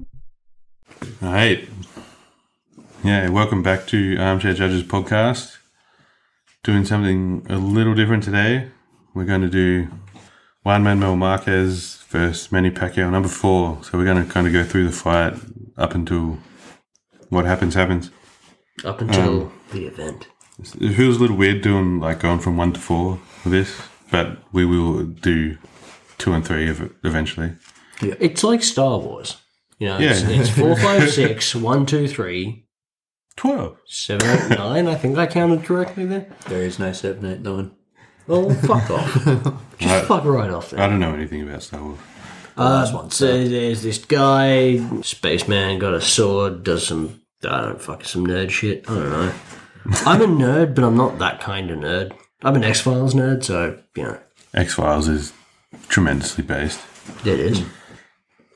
All right. Yeah, welcome back to Armchair Judges podcast. Doing something a little different today. We're going to do Juan Manuel Marquez versus Manny Pacquiao, number four. So we're going to kind of go through the fight up until what happens happens. Up until the event. It feels a little weird doing like going from one to four for this, but we will do two and three ev- eventually. It's like Star Wars. You know, it's, Yeah. it's four, five, six, one, two, three, Twelve. seven, eight, nine. I think I counted correctly there. There is no 789. Well, fuck off. Just fuck right off there. I don't know anything about Star Wars. Last one. So there's this guy, spaceman, got a sword, does some, I don't fucking some nerd shit. I don't know. I'm a nerd, but I'm not that kind of nerd. I'm an X Files nerd, so, you know, X Files is tremendously based. it is.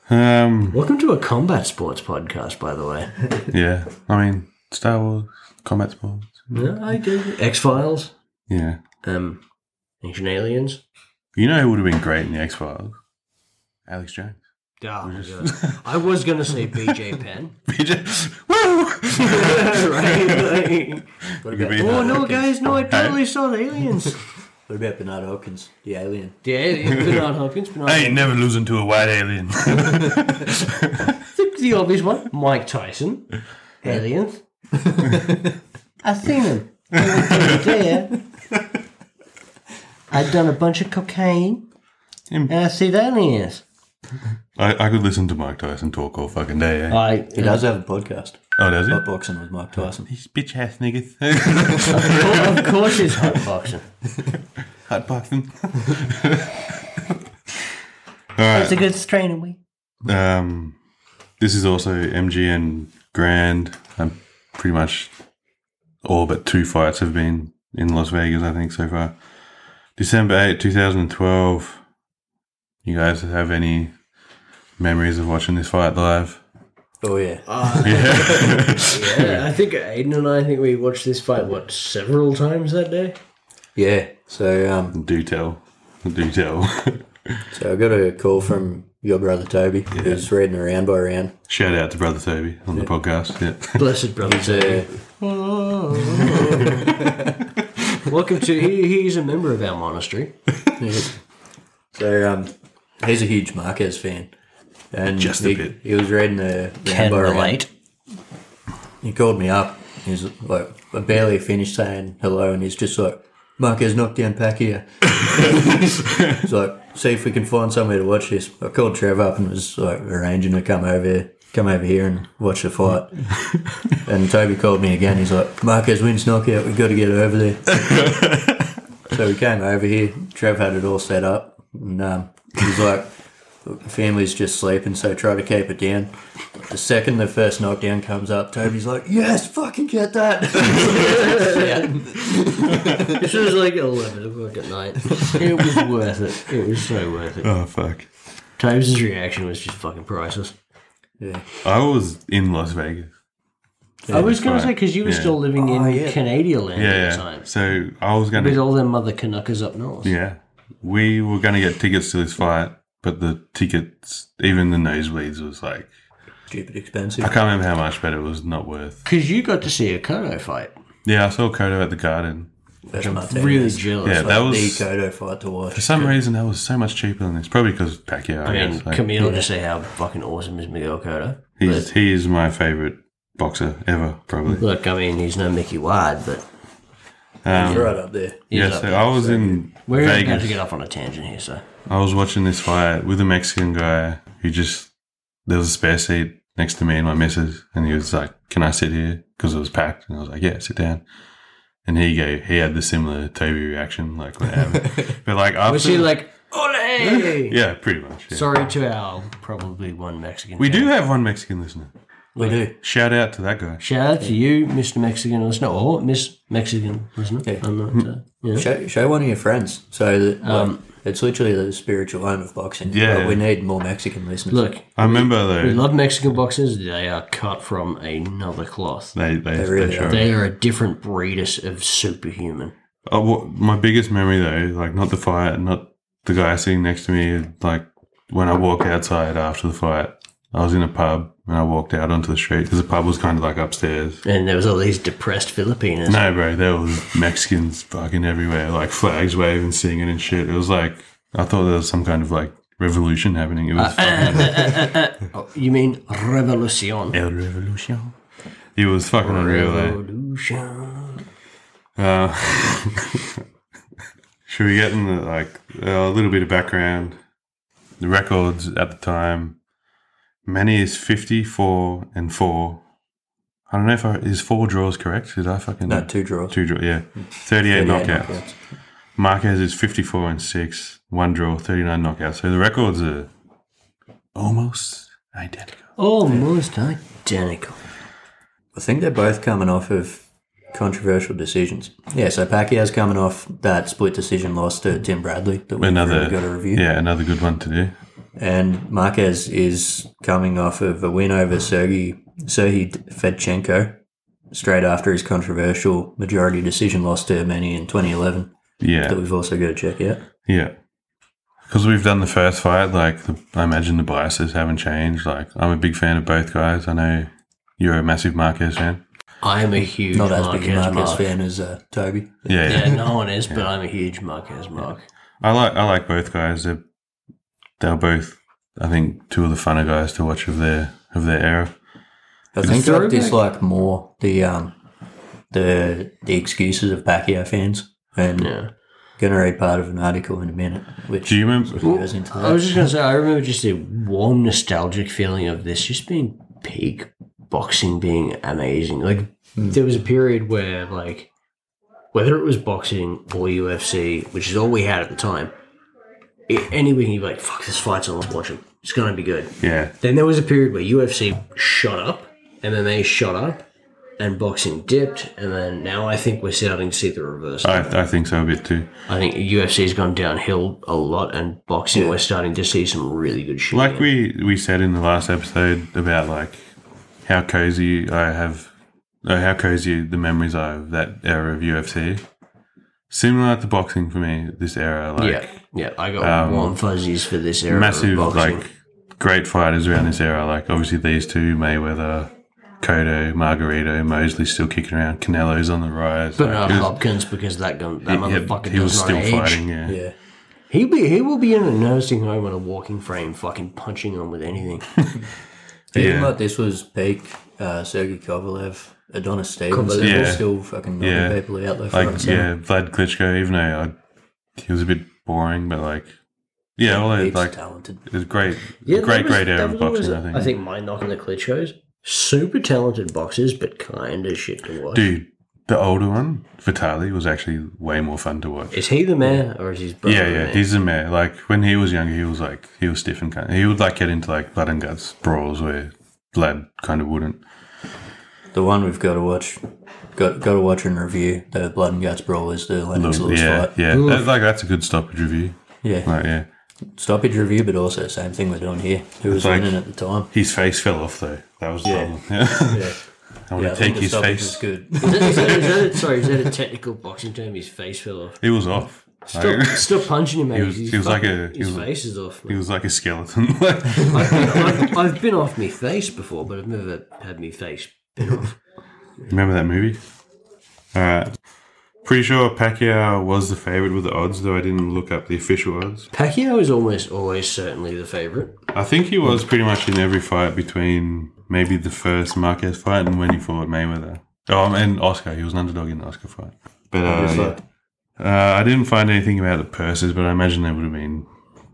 Um, Welcome to a combat sports podcast, by the way. Yeah, I mean Star Wars combat sports. No, I do. X Files, Yeah, um, Ancient Aliens. you know who would have been great in the X Files? Alex Jones. Oh, my God. I was going to say BJ Penn. Woo! right? Like, What could about, be- oh, no, guys, no, I totally saw the aliens. what about Bernard Hopkins, the alien? Yeah, Bernard Hopkins. Bernard I ain't never losing to a white alien. The, the obvious one, Mike Tyson. Aliens. I seen him. They were there. I'd done a bunch of cocaine, Him. and I see the aliens. I, I could listen to Mike Tyson talk all fucking day. Eh? I, He does have a podcast Oh, does he? about boxing with Mike Tyson. These bitch ass niggas. of course, it's hot boxing. Hot boxing. It's a good strain of weed. Um, this is also MGN Grand. Um, pretty much all but two fights have been in Las Vegas, I think, so far. December 8, 2012. You guys have any memories of watching this fight live? Oh, yeah. Ah. Yeah, I think Aiden and I think we watched this fight what several times that day. Yeah. So, um, Do tell. Do tell. so I got a call from your brother Toby, who's reading around by round. Shout out to Brother Toby on the podcast. Yeah. Blessed brothers. So, Welcome to. He, he's a member of our monastery. so um, he's a huge Marquez fan. And Just a he, bit. he was reading the round by round. He called me up. He's like, I barely finished saying hello, and he's just like, Marquez knocked down Pacquiao. He's like, see if we can find somewhere to watch this. I called Trev up and was like arranging to come over, come over here and watch the fight. and Toby called me again. He's like, Marquez wins knockout. We've got to get over there. so we came over here. Trev had it all set up, and um, he's like, "Look, the family's just sleeping, so try to keep it down. The second the first knockdown comes up, Toby's like, yes, fucking get that. This was like eleven o'clock at night. It was worth it. It was so worth it. Oh, fuck. Tobes' reaction was just fucking priceless. yeah. I was in Las Vegas. I was going right. to say because you were Yeah. still living in Oh, yeah. Canada land Yeah. at yeah. the time So I was going to with all them other Canuckers up north. Yeah. We were going to get tickets to this fight, but the tickets, even the nosebleeds, was like, Stupid I expensive. can't remember how much, but it was not worth. Because you got to see a Kodo fight. Yeah, I saw Kodo at the garden. That's Martinez. Really jealous. Yeah, that was. the Kodo fight to For watch. some reason, that was so much cheaper than this. Probably because Pacquiao, I, I mean, guess. Like, Camille just say how fucking awesome is Miguel Cotto. he's, he is my favorite boxer ever, probably. Look, I mean, he's no Mickey Ward, but He's right up there. Um, Yeah, so I was in we're about Oh, Vegas. to get off on a tangent here. So I was watching this fight with a Mexican guy who just there was a spare seat next to me and my missus, and he was like, "Can I sit here?" Because it was packed, and I was like, "Yeah, sit down." And he gave he had the similar Toby reaction, like what happened. but like after, was he like, "Ole"? yeah, pretty much. yeah. Sorry to our probably one Mexican. we do have one Mexican listener. We do. Shout out to that guy. Shout out to you, Mr. Mexican listener, or Miss Mexican listener. Yeah. Hmm. I'm not, uh, Show, show one of your friends. So that um, it's literally the spiritual home of boxing. Oh. Yeah. But we need more Mexican listeners. Look, I remember though. we love Mexican boxes. They are cut from another cloth. they they, they, really show. are. They are a different breed of of superhuman. Oh, what, my biggest memory though, like not the fight, not the guy sitting next to me, like when I walked outside after the fight, I was in a pub and I walked out onto the street because the pub was kind of like upstairs. And there was all these depressed Filipinos. No, bro, there was Mexicans fucking everywhere, like flags waving, singing and shit. It was like I thought there was some kind of like revolution happening. It was fucking Oh, you mean revolution? El Revolution. It was fucking unreal. eh? Revolution. Uh, Should we get in the, like a little bit of background? The records at the time, Manny is fifty-four and four. I don't know if I, is four draws correct. Did I fucking No, Uh, two draws. two draw? Yeah, thirty-eight, 38 knockouts. knockouts. Marquez is fifty-four and six, one draw, thirty-nine knockouts. So the records are almost identical. Almost identical. I think they're both coming off of controversial decisions. Yeah, so Pacquiao's coming off that split decision loss to Tim Bradley that we Another got a review. yeah, another good one to do. And Marquez is coming off of a win over Sergey Sergey Fedchenko straight after his controversial majority decision loss to Manny in 2011 that Yeah, we've also got to check out. yeah. Because we've done the first fight, like the, I imagine the biases haven't changed. Like I'm a big fan of both guys. I know you're a massive Marquez fan. I am a huge Not as Marquez big a Marquez Mark. fan as uh, Toby. Yeah, yeah. Yeah, no one is, but I'm a huge Marquez Mark. I like I like both guys. They're they're both I think two of the funner guys to watch of their of their era. I think I throwback- dislike more the um, the the excuses of Pacquiao fans, and going to read part of an article in a minute, which Do you remember? goes into I that. was just gonna say, I remember just the warm, nostalgic feeling of this just being peak boxing, being amazing. Like Hmm. there was a period where, like, whether it was boxing or UFC, which is all we had at the time, i- any weekend you'd be like, "Fuck, this fight's on. Let's watch it. It's gonna be good." Yeah, Then there was a period where UFC shot up, MMA shot up, and boxing dipped, and then now I think we're starting to see the reverse. I I think so a bit too. I think UFC's gone downhill a lot, and boxing we're starting to see some really good shit. Like we we said in the last episode about like how cozy I have, or how cozy the memories are of that era of UFC. Similar to boxing for me, this era like yeah, yeah, I got warm fuzzies for this era. Um, massive of boxing. like great fighters around this era. Like obviously these two Mayweather. Cotto, Margarito, Mosley still kicking around. Canelo's on the rise. but Like, not it was- Hopkins because that gun, that Yeah, motherfucker he was does still not age. fighting. Yeah. yeah, He'll be, he will be in a nursing home on a walking frame, fucking punching on with anything. even Yeah. like this was peak uh, Sergey Kovalev, Adonis Stevens, Kovalev. Yeah. still fucking knocking Yeah. people out left, right, and like centre. yeah, Vlad Klitschko. Even though I, he was a bit boring, but like yeah, all that, He's like talented. it was great, Yeah, great, that was- great era that of was boxing. always- I think. I think my knock on the Klitschko's super talented boxers, but kind of shit to watch. dude, the older one, Vitali, was actually way more fun to watch. Is he the mayor or is his brother? yeah, the yeah, mayor? he's the man. Like when he was younger, he was like he was stiff and kind. He would like get into like blood and guts brawls where Vlad kind of wouldn't. The one we've got to watch, got got to watch and review the Blood and Guts Brawl is the Lennox Lewis yeah, fight. yeah, That- like that's a good stoppage review. Yeah. Like yeah, stoppage review, but also same thing we're doing here. Who was like- winning at the time? his face fell off though. That was the Yeah. problem. Yeah. Yeah, I want yeah I to take think Uh, the his stoppage face. was good. Is that- is that- is that a- sorry, is that a technical boxing term? His face fell off. It was off. Still, Like- still punching him. He was- he was like a- he His was- face is off. He man. was like a skeleton. Like, I've been, I've, I've been off my face before, but I've never had my face been off. remember that movie? All right. Pretty sure Pacquiao was the favorite with the odds, though I didn't look up the official odds. Pacquiao is almost always certainly the favorite. I think he was pretty much in every fight between maybe the first Marquez fight and when he fought Mayweather. Oh, and Oscar. He was an underdog in the Oscar fight. But uh, It's yeah. like uh, I didn't find anything about the purses, but I imagine they would have been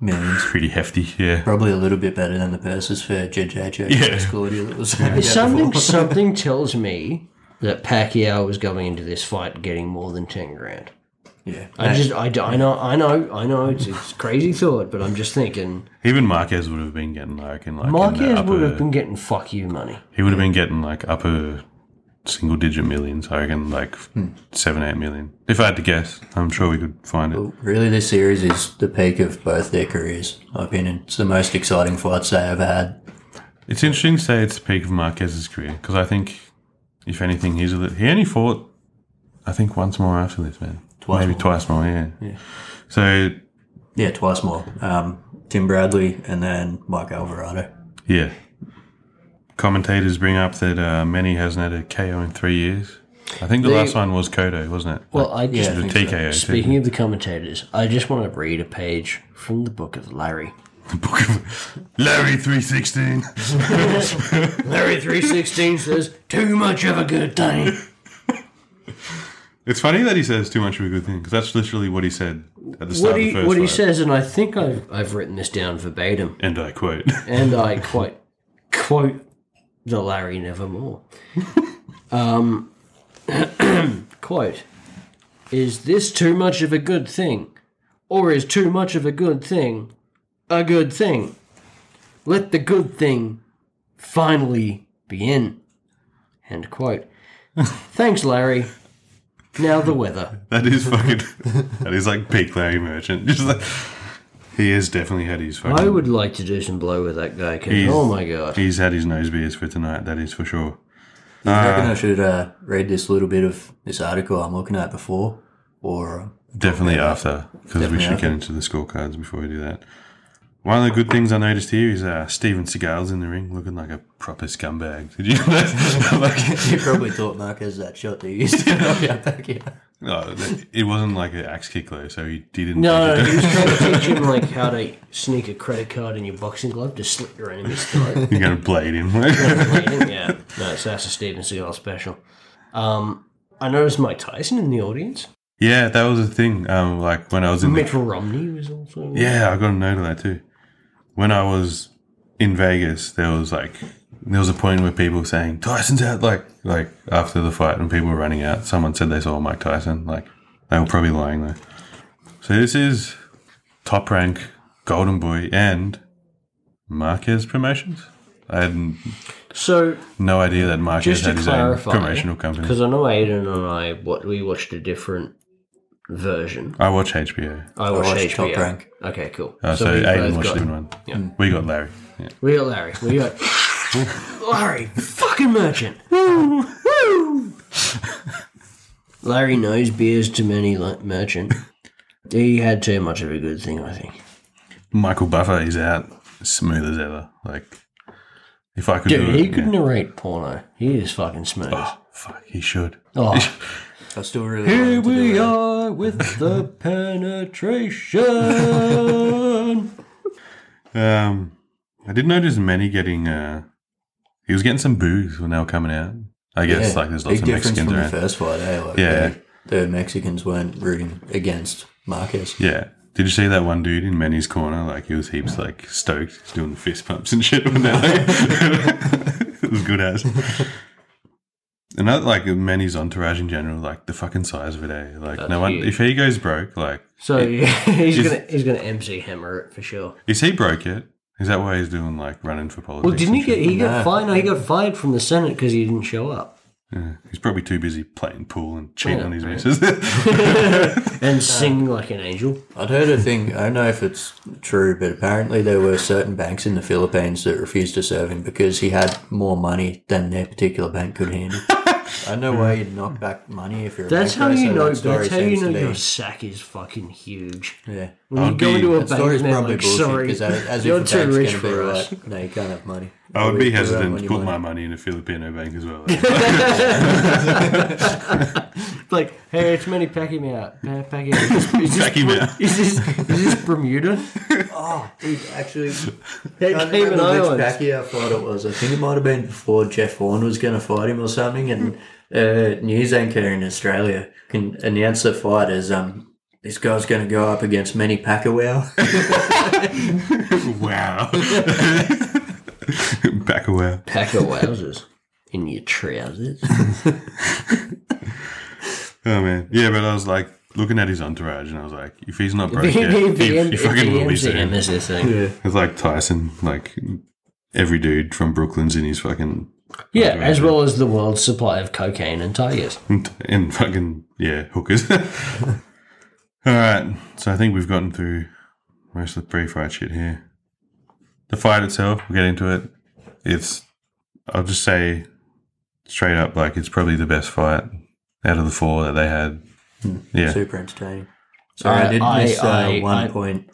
millions. pretty hefty. Yeah. Probably a little bit better than the purses for JJJ. Yeah. Yeah. Claudia that was Something, something tells me that Pacquiao was going into this fight getting more than ten grand. Yeah. I just, I, d- I know, I know, I know. It's, it's a crazy thought, but I'm just thinking Even Marquez would have been getting like in like in the Marquez would upper- have been getting fuck you money. He would have been getting like upper single digit millions. I reckon like seven, eight million. If I had to guess, I'm sure we could find it. Really, this series is the peak of both their careers. in my opinion, it's the most exciting fights they ever had. It's interesting to say it's the peak of Marquez's career because I think, if anything, he's a little, he only fought, I think, once more after this, man. Twice Maybe more. twice more, yeah. yeah. So, Yeah, twice more. Um, Tim Bradley and then Mike Alvarado. yeah. Commentators bring up that uh, Manny hasn't had a KO in three years. I think the They- last one was Kodo, wasn't it? Well, I just I the think TKO. too. speaking of the commentators, I just want to read a page from the book of Larry. Book of- Larry three sixteen. Larry three sixteen says, "Too much of a good thing." It's funny that he says too much of a good thing because that's literally what he said at the start what of he the first what he fight. says, and I think I've I've written this down verbatim, And I quote. and I quote quote the Larry Nevermore. Um, quote: Is this too much of a good thing, or is too much of a good thing a good thing? Let the good thing finally begin. End quote. Thanks, Larry. Now the weather. That is fucking. that is like peak Larry Merchant. Just like he has definitely had his fucking. I would like to do some blow with that guy. 'cause- He's- Oh my god. He's had his nose beers for tonight. That is for sure. Do Ah. you reckon I should uh, read this little bit of this article I'm looking at before? Or uh, Definitely after because we Definitely should after. get into the scorecards before we do that. One of the good things I noticed here is uh, Steven Seagal's in the ring looking like a proper scumbag. Did you notice? like, you probably thought Marquez that shot that you used to knock out back here. no, it wasn't like an axe kick though, so he didn't. No, no, no, he was trying to teach him like how to sneak a credit card in your boxing glove to slit your enemy's throat. You're going to blade him. yeah, no, so that's a Steven Seagal special. Um, I noticed Mike Tyson in the audience. Yeah, that was a thing. Um, like when I was in the, Mitt Romney was also. yeah, I got a note of that too. When I was in Vegas, there was like there was a point where people were saying Tyson's out. Like like after the fight, and people were running out. Someone said they saw Mike Tyson. Like they were probably lying though. So this is top rank, Golden Boy, and Marquez Promotions. I had So no idea that Marquez just to had his own clarify, promotional company. because I know Aiden and I what we watched a different version. I watch HBO. I watched, watched HBO. Top Rank. Okay, cool. Uh, so, we Aiden both watched got- the one. We got Larry. Yeah. We got Larry. We got Larry, fucking merchant. Larry knows beers too many like merchant. He had too much of a good thing, I think. Michael Buffer is out smooth as ever. Like, if I could Dude, do he it, could yeah. narrate porno. He is fucking smooth. Oh, fuck, he should. Oh, I still really wanted to do a- are with the penetration. Um, I did notice many getting. Uh, he was getting some booze when they were coming out. I guess like there's lots big of difference Mexicans from around. the first fight, eh? Like, Yeah. The, the Mexicans weren't rooting against Marquez. Yeah. Did you see that one dude in Manny's corner? Like he was heaps like stoked, He's doing fist pumps and shit. When they like, it was good ass. And that, like Manny's entourage in general, like the fucking size of it, eh? Like no one. huge. If he goes broke, like so yeah, he's Is- gonna he's gonna MC hammer it for sure. Is he broke yet? Is that why he's doing like running for politics? Well, didn't he and shit? get he got No. fired? No, he got fired from the Senate because he didn't show up. Yeah, he's probably too busy playing pool and cheating Oh, Yeah, on his right. missus. and sing like an angel. I'd heard a thing, I don't know if it's true, but apparently there were certain banks in the Philippines that refused to serve him because he had more money than their particular bank could handle. I know why you'd knock back money if you're a That's bank how you person, know. that story That's how you seems know to your be- sack is fucking huge. Yeah. When you I'd go be- into a That story's bank, man, probably like, bullshit sorry, because as you're if the too bank's rich gonna be for us. like, no, you can't have money. I would be We- we don't hesitant want to your put money. my money in a Filipino bank as well. Like, hey, it's many packing out. Pa- Packing out. Is this, Pack him Br- out. Is this is this Bermuda? Oh, dude, actually, Hey, I don't Cayman remember which Islands. Pacquiao fight it was. I think it might have been before Jeff Horn was going to fight him or something, and a news anchor in Australia can announce the fight as um. This guy's going to go up against Manny Pacquiao. wow. Back away. Pack of wowzers in your trousers. Oh man. Yeah, but I was like looking at his entourage and I was like, if he's not broke yet, DM, he, he fucking will be DMs him soon. is this thing. It's like Tyson, like every dude from Brooklyn's in his fucking Yeah, as well as the world's supply of cocaine and tigers. and, and fucking yeah, hookers. All right, so I think we've gotten through most of the pre-fight shit here. The fight itself, we'll get into it. It's, I'll just say, straight up, like it's probably the best fight out of the four that they had. Yeah, Super entertaining. Sorry, Uh, I did I- miss uh, I- one I- point.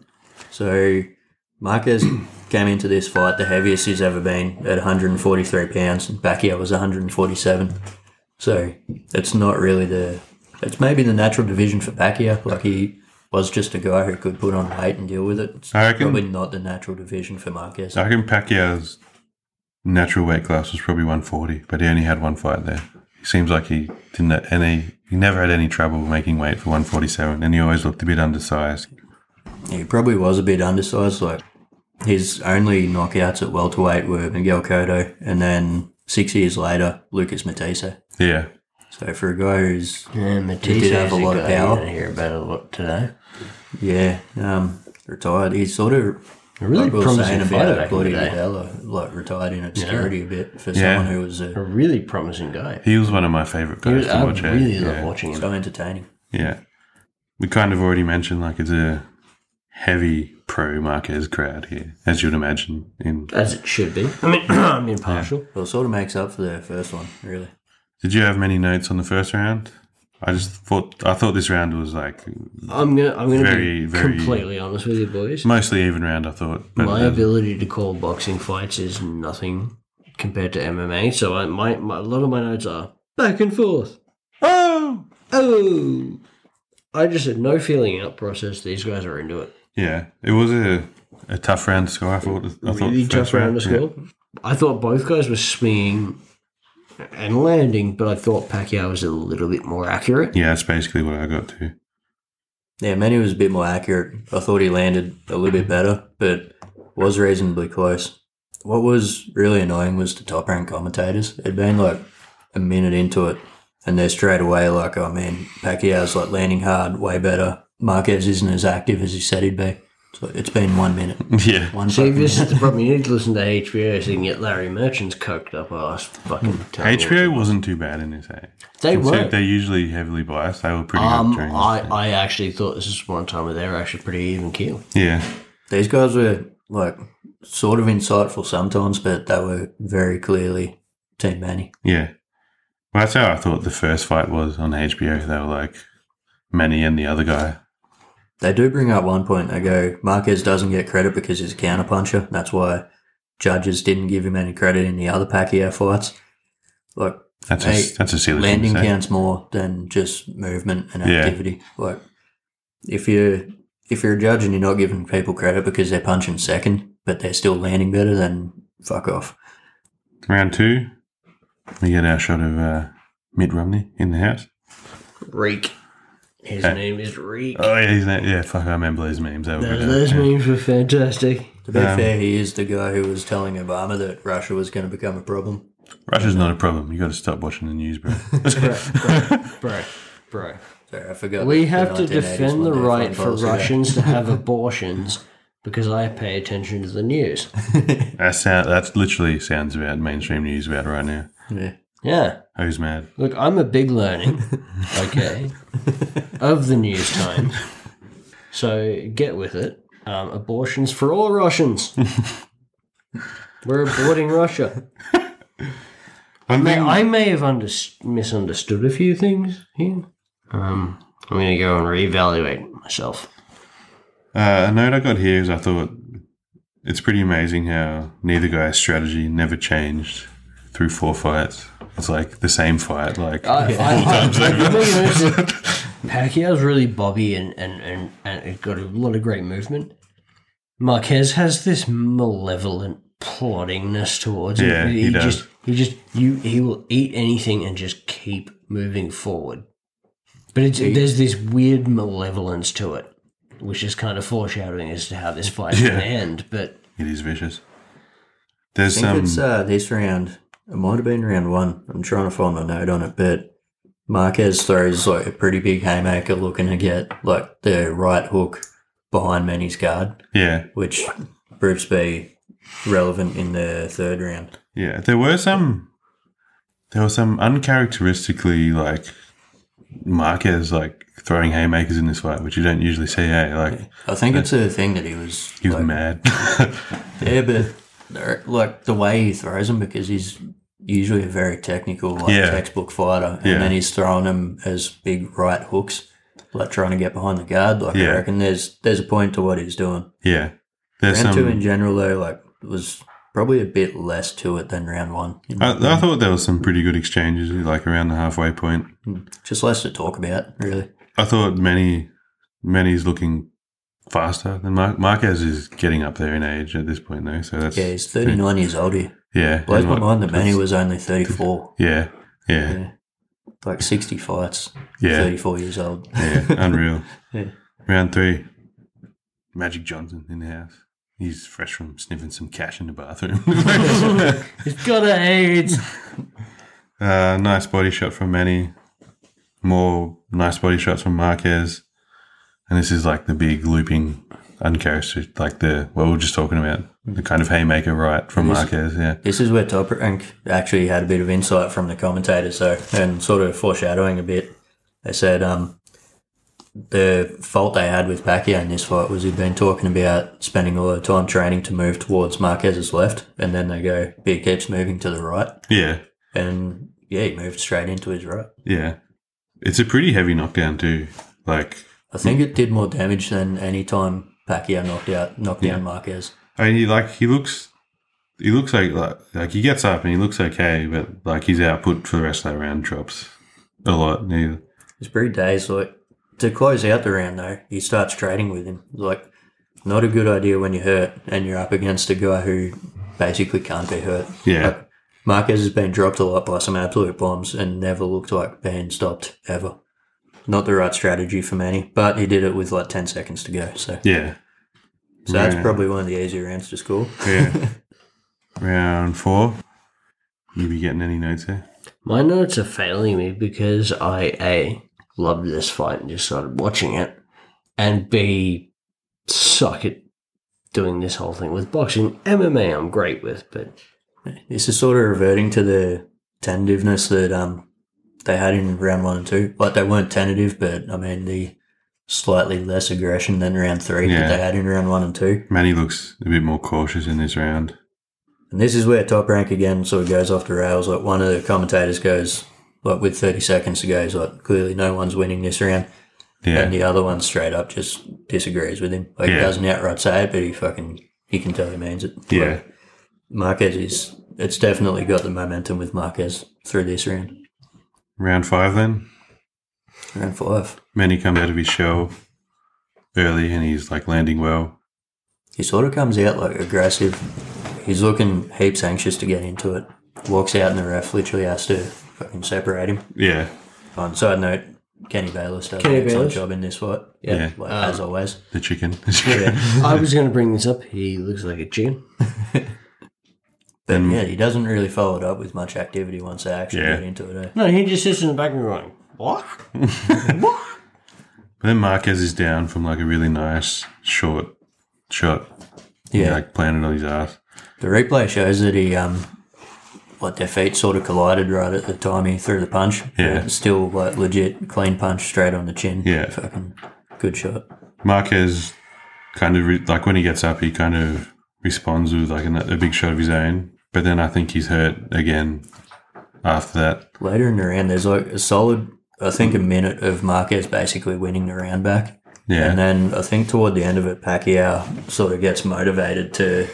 So Marquez came into this fight the heaviest he's ever been at 143 pounds, and Pacquiao was 147. So it's not really the. It's maybe the natural division for Pacquiao. Like he was just a guy who could put on weight and deal with it. It's I reckon- probably not the natural division for Marquez. I reckon Pacquiao's natural weight class was probably 140, but he only had one fight there. He seems like he didn't have any. He never had any trouble making weight for 147, and he always looked a bit undersized. He probably was a bit undersized. Like his only knockouts at welterweight were Miguel Cotto, and then six years later, Lucas Matisse. Yeah, So for a guy who's Yeah, Matisse did have a lot of power. I hear about it a lot today. yeah um, retired, he's sort of A really we were promising fighter back in the Claudio day. Videla, uh, like retired in obscurity a bit for someone who was A uh, really promising guy. he was one of my favorite I guys to watch. eh? really yeah. love watching him. so entertaining. Yeah. We kind of already mentioned like it's a heavy pro Marquez crowd here, as you'd imagine. In As it should be. I mean, I'm impartial. Well, it sort of makes up for the first one, really. Did you have many notes on the first round? I just thought I thought this round was like I'm gonna, I'm gonna Very, be very- completely honest with you, boys. mostly even round, I thought. But my uh, ability to call boxing fights is nothing compared to MMA. So I, my, my a lot of my notes are back and forth. Oh, oh. I just had no feeling out process. These guys are into it. yeah, it was a, a tough round to score. I thought. I thought really the tough first round to yeah. score. I thought both guys were swinging and landing, but I thought Pacquiao was a little bit more accurate. Yeah, that's basically what I got to. Yeah, Manny was a bit more accurate. I thought he landed a little bit better, but was reasonably close. What was really annoying was the top rank commentators. It'd been like a minute into it, and they're straight away like, "Oh man, Pacquiao's like landing hard, way better. Marquez isn't as active as he said he'd be." So it's been one minute. Yeah, One See, fucking this minute. is the problem. You need to listen to HBO so you can get Larry Merchant's coked up ass. Fucking terrible. HBO wasn't too bad in this. Eh? They Considered were. They're usually heavily biased. They were pretty Um, good during. I, this. I actually thought this is one time where they were actually pretty even keel. yeah, These guys were like sort of insightful sometimes, but they were very clearly Team Manny. Yeah. Well, that's how I thought the first fight was on HBO. They were like Manny and the other guy. They do bring up one point. They go, Marquez doesn't get credit because he's a counterpuncher. That's why judges didn't give him any credit in the other Pacquiao fights. Like, That's Hey, a, that's a silly thing to landing say. counts more than just movement and Yeah. activity. Like, if you're if you're a judge and you're not giving people credit because they're punching second, but they're still landing better, then fuck off. Round two, we get our shot of uh, Mitt Romney in the house. Reek. His Okay. name is Reek. Oh yeah, he's that. Yeah, fuck. I remember those memes. They were those good. eh? those yeah. memes were fantastic. To be Um, fair, he is the guy who was telling Obama that Russia was going to become a problem. Russia's not a problem. You got to stop watching the news, bro. Bro, bro. Sorry, I forgot. We the- the have to 1980s defend when the their right foreign for policy- Russians to have abortions because I pay attention to the news. that sound. That's literally sounds about mainstream news about right now. Yeah. Yeah. Who's mad? Look, I'm a big learning, okay, of the news time. So get with it. Um, abortions for all Russians. We're aborting Russia. One May- thing, I may have under- misunderstood a few things here. Um, I'm going to go and reevaluate myself. Uh, a note I got here is I thought it's pretty amazing how neither guy's strategy never changed through four fights. It's like the same fight. Like Oh. Uh, I, I, I, I, Pacquiao's really bobby and and and and it got a lot of great movement. Marquez has this malevolent plottingness towards him. Yeah, he does. just he just you he will eat anything and just keep moving forward. But it's, there's this weird malevolence to it, which is kind of foreshadowing as to how this fight's Yeah. going to end. But it is vicious. There's I think some it's uh, this round. It might have been round one. I'm trying to find my note on it, but Marquez throws like a pretty big haymaker looking to get like the right hook behind Manny's guard, yeah which proves to be relevant in the third round. yeah. There were some there was some uncharacteristically like Marquez like throwing haymakers in this fight, which you don't usually see. Hey, like I think it's a thing that he was. he was like, mad. Yeah, but they're- like the way he throws them because he's usually a very technical, like Yeah. textbook fighter, and Yeah. then he's throwing them as big right hooks, like trying to get behind the guard. Like Yeah. I reckon there's there's a point to what he's doing. yeah, there's round two some. in general though, like was probably a bit less to it than round one. Uh, I, I thought there was some pretty good exchanges, like around the halfway point. Just less to talk about, really. I thought many, many is looking faster than Mar- Marquez is getting up there in age at this point, though. So that's Yeah, he's 39 years old here. yeah. Blows and my what- mind that Manny was only 34. Yeah, yeah, Yeah. Like 60 fights, yeah, 34 years old. yeah. Unreal. Yeah. Round three, Magic Johnson in the house. He's fresh from sniffing some cash in the bathroom. He's got AIDS. Uh, nice body shot from Manny. More nice body shots from Marquez. And this is like the big looping uncharacteristic, like the what we were just talking about, the kind of haymaker right from Marquez. Yeah, This is where Top Rank actually had a bit of insight from the commentators, though, and sort of foreshadowing a bit. They said um, the fault they had with Pacquiao in this fight was he'd been talking about spending all the time training to move towards Marquez's left, and then they go, but he keeps moving to the right. yeah, And yeah, he moved straight into his right. yeah. It's a pretty heavy knockdown too. Like I think it did more damage than any time Pacquiao knocked out knocked down Marquez. I mean, he like he looks, he looks like, like like he gets up and he looks okay, but like his output for the rest of that round drops a lot. Yeah, It's pretty dazed. Like to close out the round though, he starts trading with him. Like not a good idea when you're hurt and you're up against a guy who basically can't be hurt. yeah, Like, Marquez has been dropped a lot by some absolute bombs and never looked like being stopped ever. Not the right strategy for Manny, but he did it with like ten seconds to go. So, yeah. so that's Yeah. probably one of the easier rounds to score. Yeah. Round four. You be getting any notes here? My notes are failing me because I a loved this fight and just started watching it, and b suck at doing this whole thing with boxing. MMA I'm great with, but This is sort of reverting to the tentativeness that um they had in round one and two. Like they weren't tentative, but I mean the slightly less aggression than round three Yeah. that they had in round one and two. Manny looks a bit more cautious in this round. And this is where top rank again sort of goes off the rails. Like one of the commentators goes, like with thirty seconds to go, he's like, clearly no one's winning this round. Yeah. And the other one straight up just disagrees with him. Like Yeah. he doesn't outright say it, but he fucking he can tell he means it. yeah. Like, Marquez is it's definitely got the momentum with Marquez through this round. Round five then. Round five. Manny comes out of his shell early and he's like landing well. He sort of comes out like aggressive. He's looking heaps anxious to get into it. Walks out and the ref literally has to fucking separate him. Yeah. On side note, Kenny Bayless does Kenny an excellent Bayless. job in this fight. Yeah. Uh, Like, as always. The chicken. I was going to bring this up. He looks like a gym. But yeah, he doesn't really follow it up with much activity once they actually Yeah. get into it. eh? No, he just sits in the back and going, "What? what?" but then Marquez is down from like a really nice short shot. Yeah. Like planted on his ass. The replay shows that he, um, like their feet sort of collided right at the time he threw the punch. Yeah. But Still like legit clean punch straight on the chin. Yeah. Fucking good shot. Marquez kind of re- like when he gets up, he kind of responds with like a, a big shot of his own. But then I think he's hurt again after that. Later in the round, there's like a solid, I think, a minute of Marquez basically winning the round back. Yeah, And then I think toward the end of it, Pacquiao sort of gets motivated to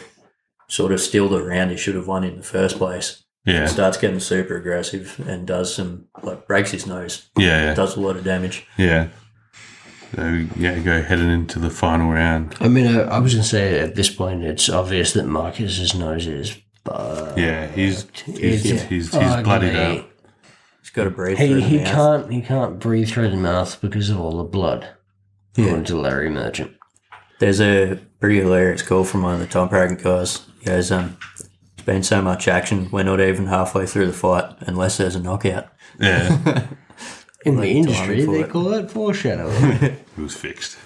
sort of steal the round he should have won in the first place. yeah, Starts getting super aggressive and does some, like, breaks his nose, yeah, yeah, does a lot of damage. yeah. So yeah, go heading into the final round. I mean, I, I was going to say at this point, it's obvious that Marcus's nose is. Uh, But Yeah, he's he's he's, he's, bloodied up. He's got to breathe He through the he mouth. can't he can't breathe through the mouth because of all the blood. According to Larry Merchant. There's a pretty hilarious call from one of the Tom Pragan guys. He goes, um, it's been so much action, we're not even halfway through the fight unless there's a knockout. Yeah, In the industry, industry, for they it. call it foreshadowing. he was fixed.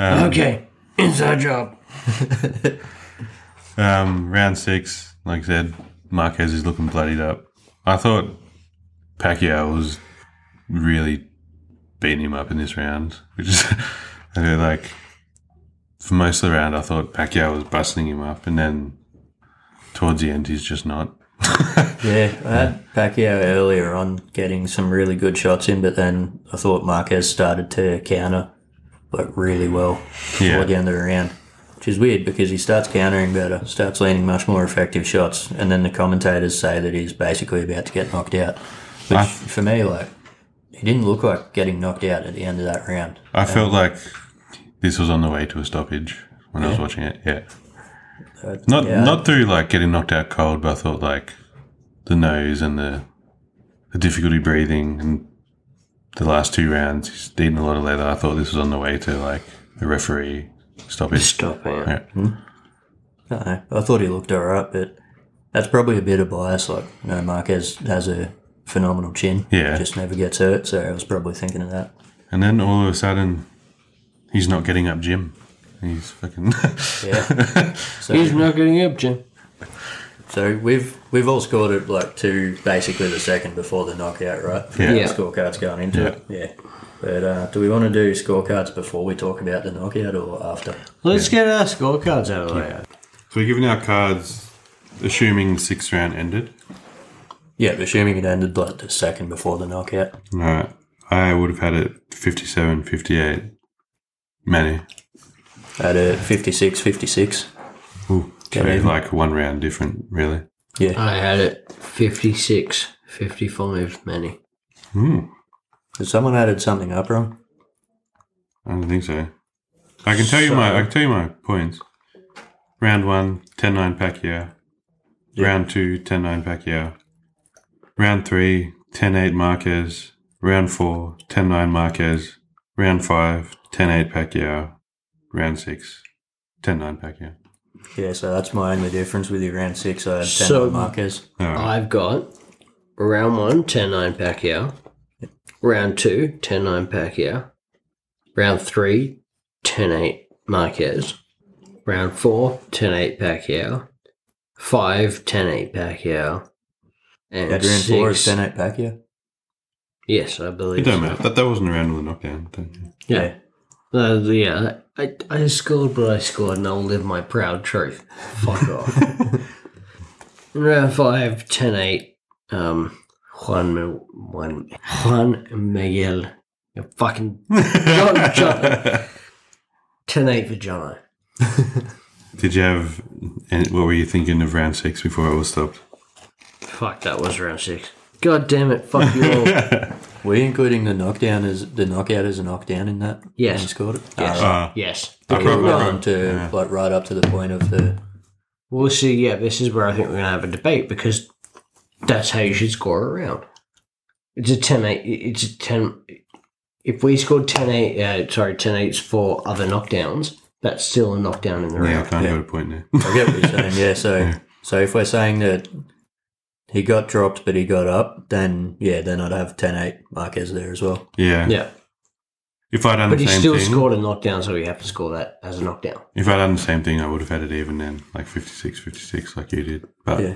okay, inside job. Um, round six, like I said, Marquez is looking bloodied up. I thought Pacquiao was really beating him up in this round, which is I feel like for most of the round I thought Pacquiao was busting him up, and then towards the end he's just not. Yeah, I had Pacquiao earlier on getting some really good shots in, but then I thought Marquez started to counter like really well Yeah. toward the end of the round, which is weird because he starts countering better, starts landing much more effective shots, and then the commentators say that he's basically about to get knocked out. Which I- for me, like, he didn't look like getting knocked out at the end of that round. I felt like this was on the way to a stoppage when I was watching it. Yeah, Uh, not yeah. not through like getting knocked out cold, but I thought like the nose and the the difficulty breathing and the last two rounds he's eating a lot of leather. I thought this was on the way to like a referee stoppage. Stop it. Yeah. I don't know. I thought he looked all right, but that's probably a bit of bias. Like, you know, Marquez has a phenomenal chin. Yeah. Just never gets hurt, so I was probably thinking of that. And then all of a sudden, he's not getting up, Jim. He's fucking. Yeah. He's not getting up, Jim. so we've we've all scored it like to basically the second before the knockout, right? Yeah. Yeah. Scorecards going into Yeah. it. Yeah. But uh, do we want to do scorecards before we talk about the knockout or after? Let's get our scorecards out of the way. so we're giving our cards, assuming the sixth round ended. Yeah, assuming it ended like the second before the knockout. No, I would have had it 57, 58. Manny. At a 56 56. Ooh, so even. like one round different, really. Yeah. I had it 56, 55 many. Hmm. Has someone added something up wrong? I don't think so. I can tell you my I can tell you my points. Round one, 10-9 Pacquiao. Yeah. Round two, 10-9 Pacquiao. Round three, 10-8 Marquez. Round four, 10-9 Marquez. Round five, 10-8 Pacquiao. Round six, 10-9 Pacquiao. Yeah, so that's my only difference with your round six. I had 10 So- on Marquez. All right. I've got round one, 10 9 Pacquiao. Round two, 10 9 Pacquiao. Round three, 10 8 Marquez. Round four, 10 8 Pacquiao. Five, 10 8 Pacquiao. And Had round four is six- 10 8 Pacquiao. Yes, I It believe. don't so. matter. That, that wasn't a round of the knockdown. Don't you? Yeah. Uh, yeah, I, I scored what I scored and I'll live my proud truth. Fuck off. Round 5, 10 8. Um, Juan, Mi- Juan, Juan Miguel. you fucking John, John. 10 8 for Jono. Did you have? And what were you thinking of round six before it was stopped? Fuck, that was round 6. God damn it, fuck you all. Were you including the knockdown as the knockout as a knockdown in that? Yes. When you scored it? Yes. Alright. yes. Okay. We're Right, right, going right. to like right up to the point of the Well, see, yeah, this is where I think we're going to have a debate because that's how you should score a round. It's a 10 8. It's a 10. If we scored 10 8, uh, sorry, 10 8s for other knockdowns, that's still a knockdown in the Yeah, I round. can't Yeah. go to point there. I get what you're saying. Yeah, so so if we're saying that he got dropped but he got up, then yeah, then I'd have 10 8 Marquez there as well. Yeah. Yeah. If I'd done But the he same still thing, scored a knockdown, so we have to score that as a knockdown. if I'd done the same thing, I would have had it even then, like 56, 56, like you did. But Yeah.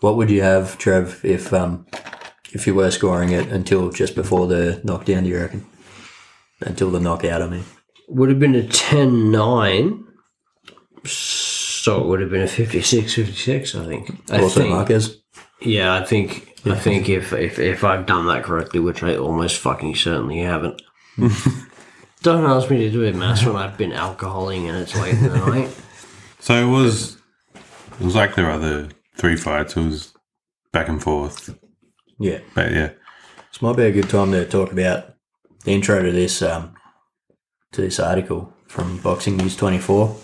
What would you have, Trev, if um if you were scoring it until just before the knockdown, do you reckon? Until the knockout, I mean. Would have been a 10 9. So it would have been a 56 56, I think. I also think. Marquez. Yeah, I think I think if, if if I've done that correctly, which I almost fucking certainly haven't. Don't ask me to do it, mass when I've been alcoholing and it's late in the night. so it was. It was like their other three fights. It was back and forth. Yeah. But yeah, This might be a good time to talk about the intro to this um, to this article from Boxing News 24.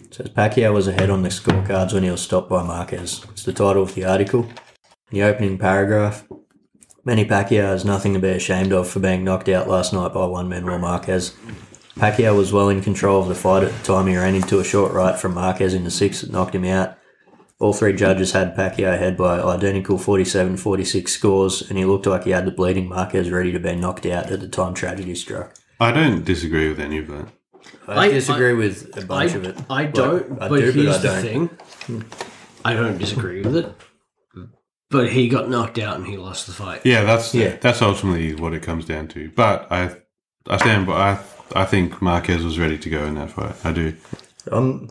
It says Pacquiao was ahead on the scorecards when he was stopped by Marquez. It's the title of the article. In the opening paragraph, Manny Pacquiao has nothing to be ashamed of for being knocked out last night by one Manuel Marquez. Pacquiao was well in control of the fight at the time he ran into a short right from Marquez in the sixth that knocked him out. All three judges had Pacquiao ahead by identical 47 46 scores, and he looked like he had the bleeding Marquez ready to be knocked out at the time tragedy struck. I don't disagree with any of that. I, I- disagree with a bunch of I, it. I Like, don't. I but do, here's I the don't. thing: I don't disagree with it, But he got knocked out and he lost the fight. Yeah, that's Yeah. that's ultimately what it comes down to. But I I stand by. I I think Marquez was ready to go in that fight. I do. I'm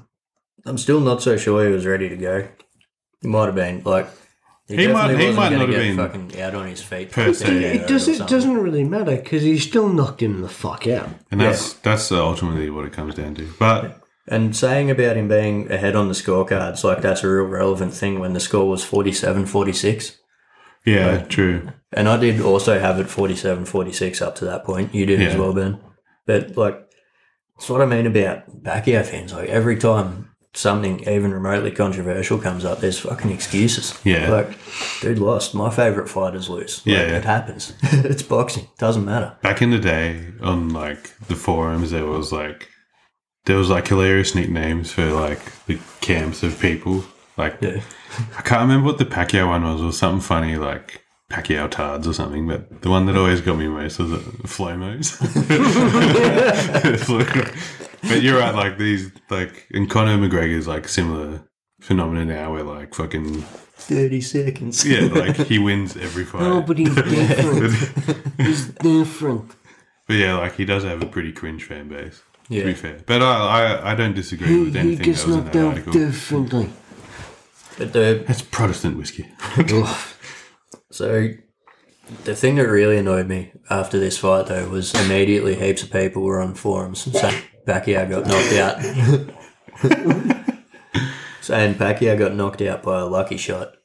I'm still not so sure he was ready to go. He might have been like He might- definitely he wasn't might gonna not have get been fucking out on his feet per se. Yeah, It, does, or it something. doesn't really matter because he still knocked him the fuck out. And that's that's ultimately what it comes down to. But And saying about him being ahead on the scorecards, like that's a real relevant thing when the score was 47 46. yeah, true. And I did also have it 47 46 up to that point. You did as Yeah. well, Ben. But like, that's what I mean about Pacquiao fans. Like, every time something even remotely controversial comes up, there's fucking excuses. Yeah. Like, dude lost. My favorite fighters lose. Like, Yeah, yeah. It happens. it's boxing. Doesn't matter. Back in the day, on like the forums, there was like there was like hilarious nicknames for like the camps of people. Like Yeah. I can't remember what the Pacquiao one was, or something funny like Pacquiao Tards or something. But the one that always got me most was the Flomos. but you're right. Like these, like and Conor McGregor's like similar phenomenon now, where like fucking 30 seconds. yeah, like he wins every fight. Oh, No, but he's different. he's different. But yeah, like he does have a pretty cringe fan base. To Yeah. be fair, but I I, I don't disagree He, with he anything that gets was in knocked that out article. differently. But the That's Protestant whiskey. So the thing that really annoyed me after this fight though was immediately heaps of people were on forums saying Pacquiao got knocked out. saying Pacquiao got knocked out by a lucky shot.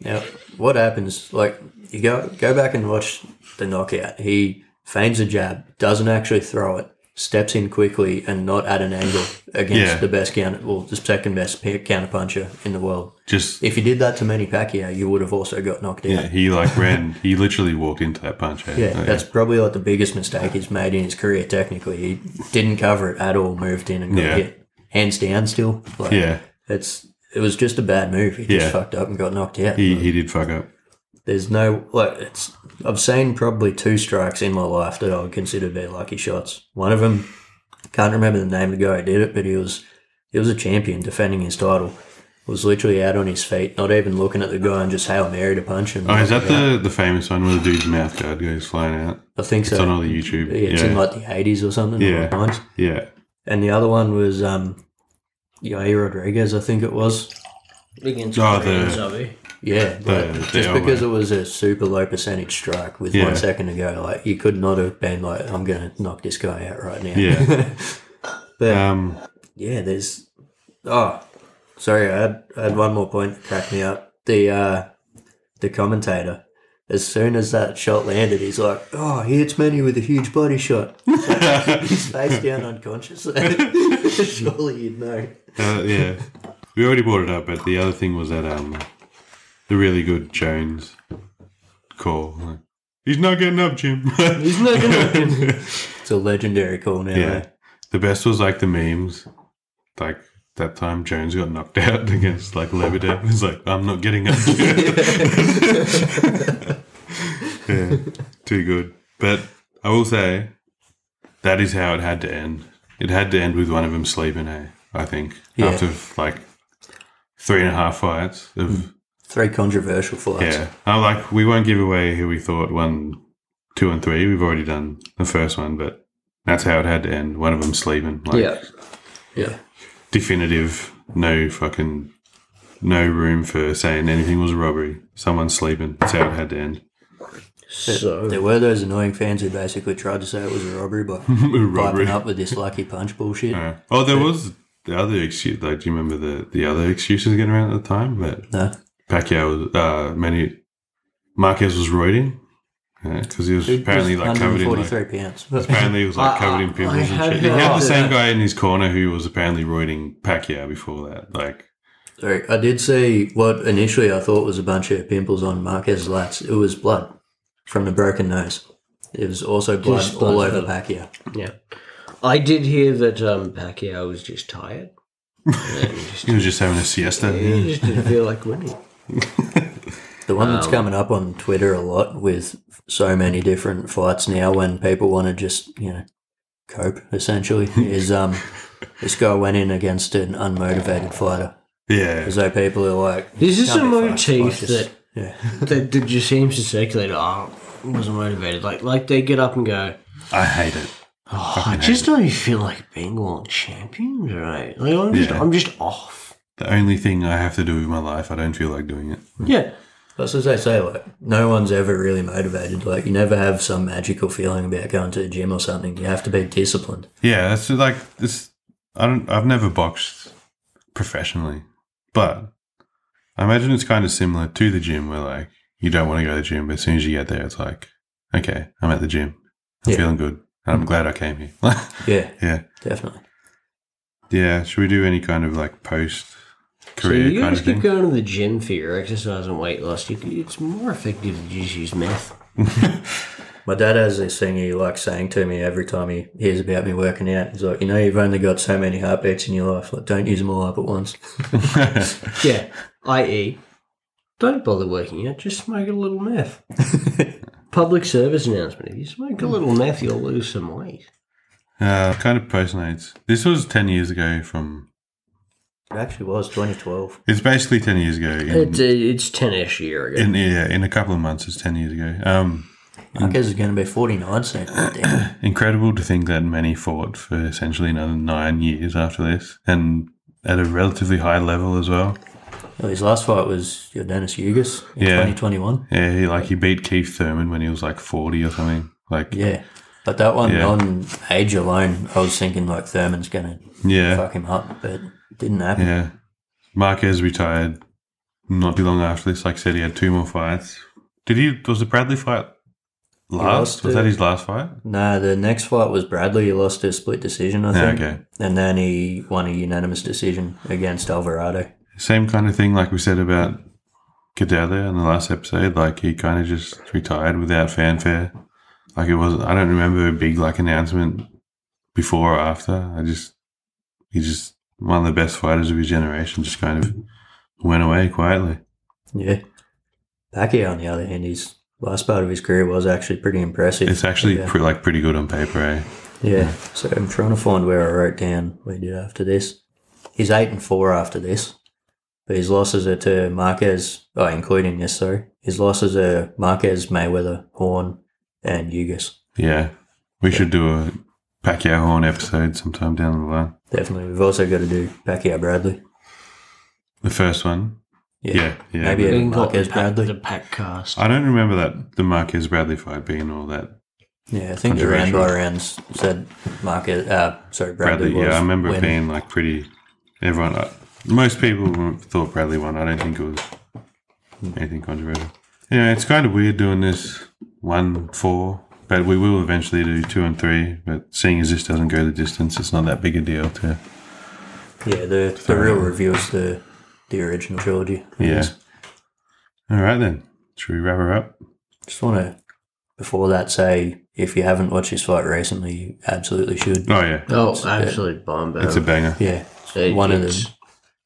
Now what happens like you go go back and watch the knockout. He feigns a jab, doesn't actually throw it, steps in quickly and not at an angle against Yeah. the best counter well the second best counter puncher in the world. Just If you did that to Manny Pacquiao, you would have also got knocked out. yeah, he like ran. He literally walked into that punch. eh? Yeah, Like, that's probably like the biggest mistake he's made in his career. Technically, he didn't cover it at all. Moved in and got Yeah. hit, hands down. Still, like, yeah. it's it was just a bad move. He just Yeah. fucked up and got knocked out. He he did fuck up. There's no like it's. I've seen probably two strikes in my life that I would consider to be lucky shots. One of them, can't remember the name of the guy who did it, but he was he was a champion defending his title. Was literally out on his feet, not even looking at the guy, and just hail mary to punch him. Oh, is that the the famous one where the dude's mouth guard goes flying out? I think so. It's on all the YouTube. Yeah, it's in Yeah, like the 80s or something. or Yeah. 90s. yeah. And the other one was um, Yair Rodriguez, I think it was. Against Oh, the- Korean Zombie. Yeah, but the just elbow. because it was a super low percentage strike with Yeah. one second to go, like you could not have been like, "I'm going to knock this guy out right now." Yeah. but Um, yeah, there's. Oh, sorry, I had, I had one more point that cracked me up. The uh, the commentator, as soon as that shot landed, he's like, "Oh, he hits Manny with a huge body shot." He's face down, unconscious. Surely you'd know. Uh, yeah, we already brought it up, but the other thing was that um, the really good Jones call. like, He's not getting up, Jim. He's not gonna. It's a legendary call now. eh? yeah, the best was like the memes, like that time Jones got knocked out against like Lebedev. It's like I'm not getting up. yeah, too good. But I will say that is how it had to end. It had to end with one of them sleeping. Hey, I think Yeah. after like three and a half fights of Three controversial fights. yeah. I like we won't give away who we thought won two and three. We've already done the first one, but that's how it had to end. One of them sleeping. Like yeah. Yeah. definitive. No fucking. No room for saying anything was a robbery. Someone's sleeping. That's how it had to end. So There were those annoying fans who basically tried to say it was a robbery by robbery. piping up with this lucky punch bullshit. Yeah. Oh, there was the other excuse. Like, do you remember the, the other excuses getting around at the time? But No. Pacquiao, was- uh, many Marquez was roiding because he was apparently like covered in like, 143 pounds. Apparently, he was like I- covered I- in pimples I and had shit. He had heard the that. same guy in his corner who was apparently roiding Pacquiao before that. Like, Sorry, I did see what initially I thought was a bunch of pimples on Marquez's lats. It was blood from the broken nose. It was also blood Just blood all over fell. Pacquiao. yeah, I did hear that um, Pacquiao was just tired. And just, he was just having a siesta. he just didn't feel like winning. The one Oh. that's coming up on Twitter a lot with so many different fights now when people want to just, you know, cope essentially is um this guy went in against an unmotivated fighter. Yeah. As though people are like This is "Can't a be fucked, motif like, just- that Yeah. They, they just seems to circulate. Oh, wasn't motivated. Like like they get up and go. I hate it. Oh, I just don't feel like being world champion right? Like I'm just Yeah. I'm just off. The only thing I have to do with my life, I don't feel like doing it. Yeah. That's as they say, like, no one's ever really motivated. Like, you never have some magical feeling about going to the gym or something. You have to be disciplined. Yeah, that's like this. I don't. I've never boxed professionally, but I imagine it's kind of similar to the gym, where like you don't want to go to the gym, but as soon as you get there, it's like, okay, I'm at the gym. I'm Yeah. feeling good. And I'm glad I came here. Yeah, yeah, definitely. yeah. Should we do any kind of like post so career you kind guys of thing? keep going to the gym for your exercise and weight loss. You, c- it's more effective to just use meth. My dad has this thing he likes saying to me every time he hears about me working out. He's like, you know, you've only got so many heartbeats in your life. Like, don't use them all up at once. Yeah. I.e., don't bother working out. Just smoke a little meth. Public service announcement: If you smoke a little meth, you'll lose some weight. uh, kind of post notes. This was ten years ago. From It actually was 2012. it's basically ten years ago. In, It's uh, it's ten-ish year ago. in yeah, in a couple of months, it's ten years ago. Um, Marquez is going to be 49 soon. Damn. Incredible to think that many fought for essentially another nine years after this, and at a relatively high level as well. Well, his last fight was your Dennis Hugas in Yeah. 2021. Yeah, he, like he beat Keith Thurman when he was like forty or something. Like, yeah, Yeah. But that one Yeah. on age alone, I was thinking like Thurman's going to yeah, fuck him up, but didn't happen. Marquez retired not too long after this. Like I said, he had two more fights. Did he? Was the Bradley fight last? lost Was to- that his last fight? No, the next fight was Bradley. He lost a split decision, I Yeah, think. okay. And then he won a unanimous decision against Alvarado. Same kind of thing, like we said about Cadalia in the last episode. Like he kind of just retired without fanfare. Like it wasn't. I don't remember a big like announcement before or after. I just he just one of the best fighters of his generation just kind of went away quietly. Yeah. Pacquiao, on the other hand, his last part of his career was actually pretty impressive. It's actually yeah. pre- like pretty good on paper. Eh? yeah. So I'm trying to find where I wrote down what he did after this. He's eight and four after this, but his losses are to Marquez. Oh, including this, sorry. His losses are Marquez, Mayweather, Horn, and Hugas. Yeah, we should do a Pacquiao Horn episode sometime down the line. Definitely. We've also got to do Pacquiao, Bradley. The first one. Yeah, yeah. Maybe we- a Being got Marquez the pack, Bradley. the pack cast. I don't remember that the Marquez Bradley fight being all that Yeah, I think the round by Controversial. rounds said Marquez. Uh, sorry, Bradley. Bradley, yeah, was I remember it winning. being like pretty. Everyone, uh, most people thought Bradley won. I don't think it was anything controversial. Anyway, it's kind of weird doing this one four, but we will eventually do two and three. But seeing as this doesn't go the distance, it's not that big a deal. To Yeah, the, the real review is the the original trilogy. yeah. All right then, should we wrap her up? Just want to, before that, say if you haven't watched this fight recently, you absolutely should. Oh yeah, Oh, absolute bomb! it's a banger. Yeah, It- one of it's- the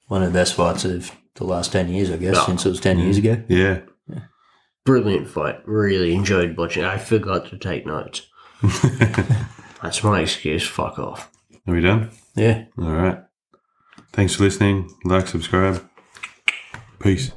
one of the best fights of the last ten years, I guess, Yeah. since it was ten years ago. Yeah, Brilliant fight. Really enjoyed watching. it. I forgot to take notes. That's my excuse. Fuck off. are we done? Yeah. All right. Thanks for listening. Like, subscribe. Peace.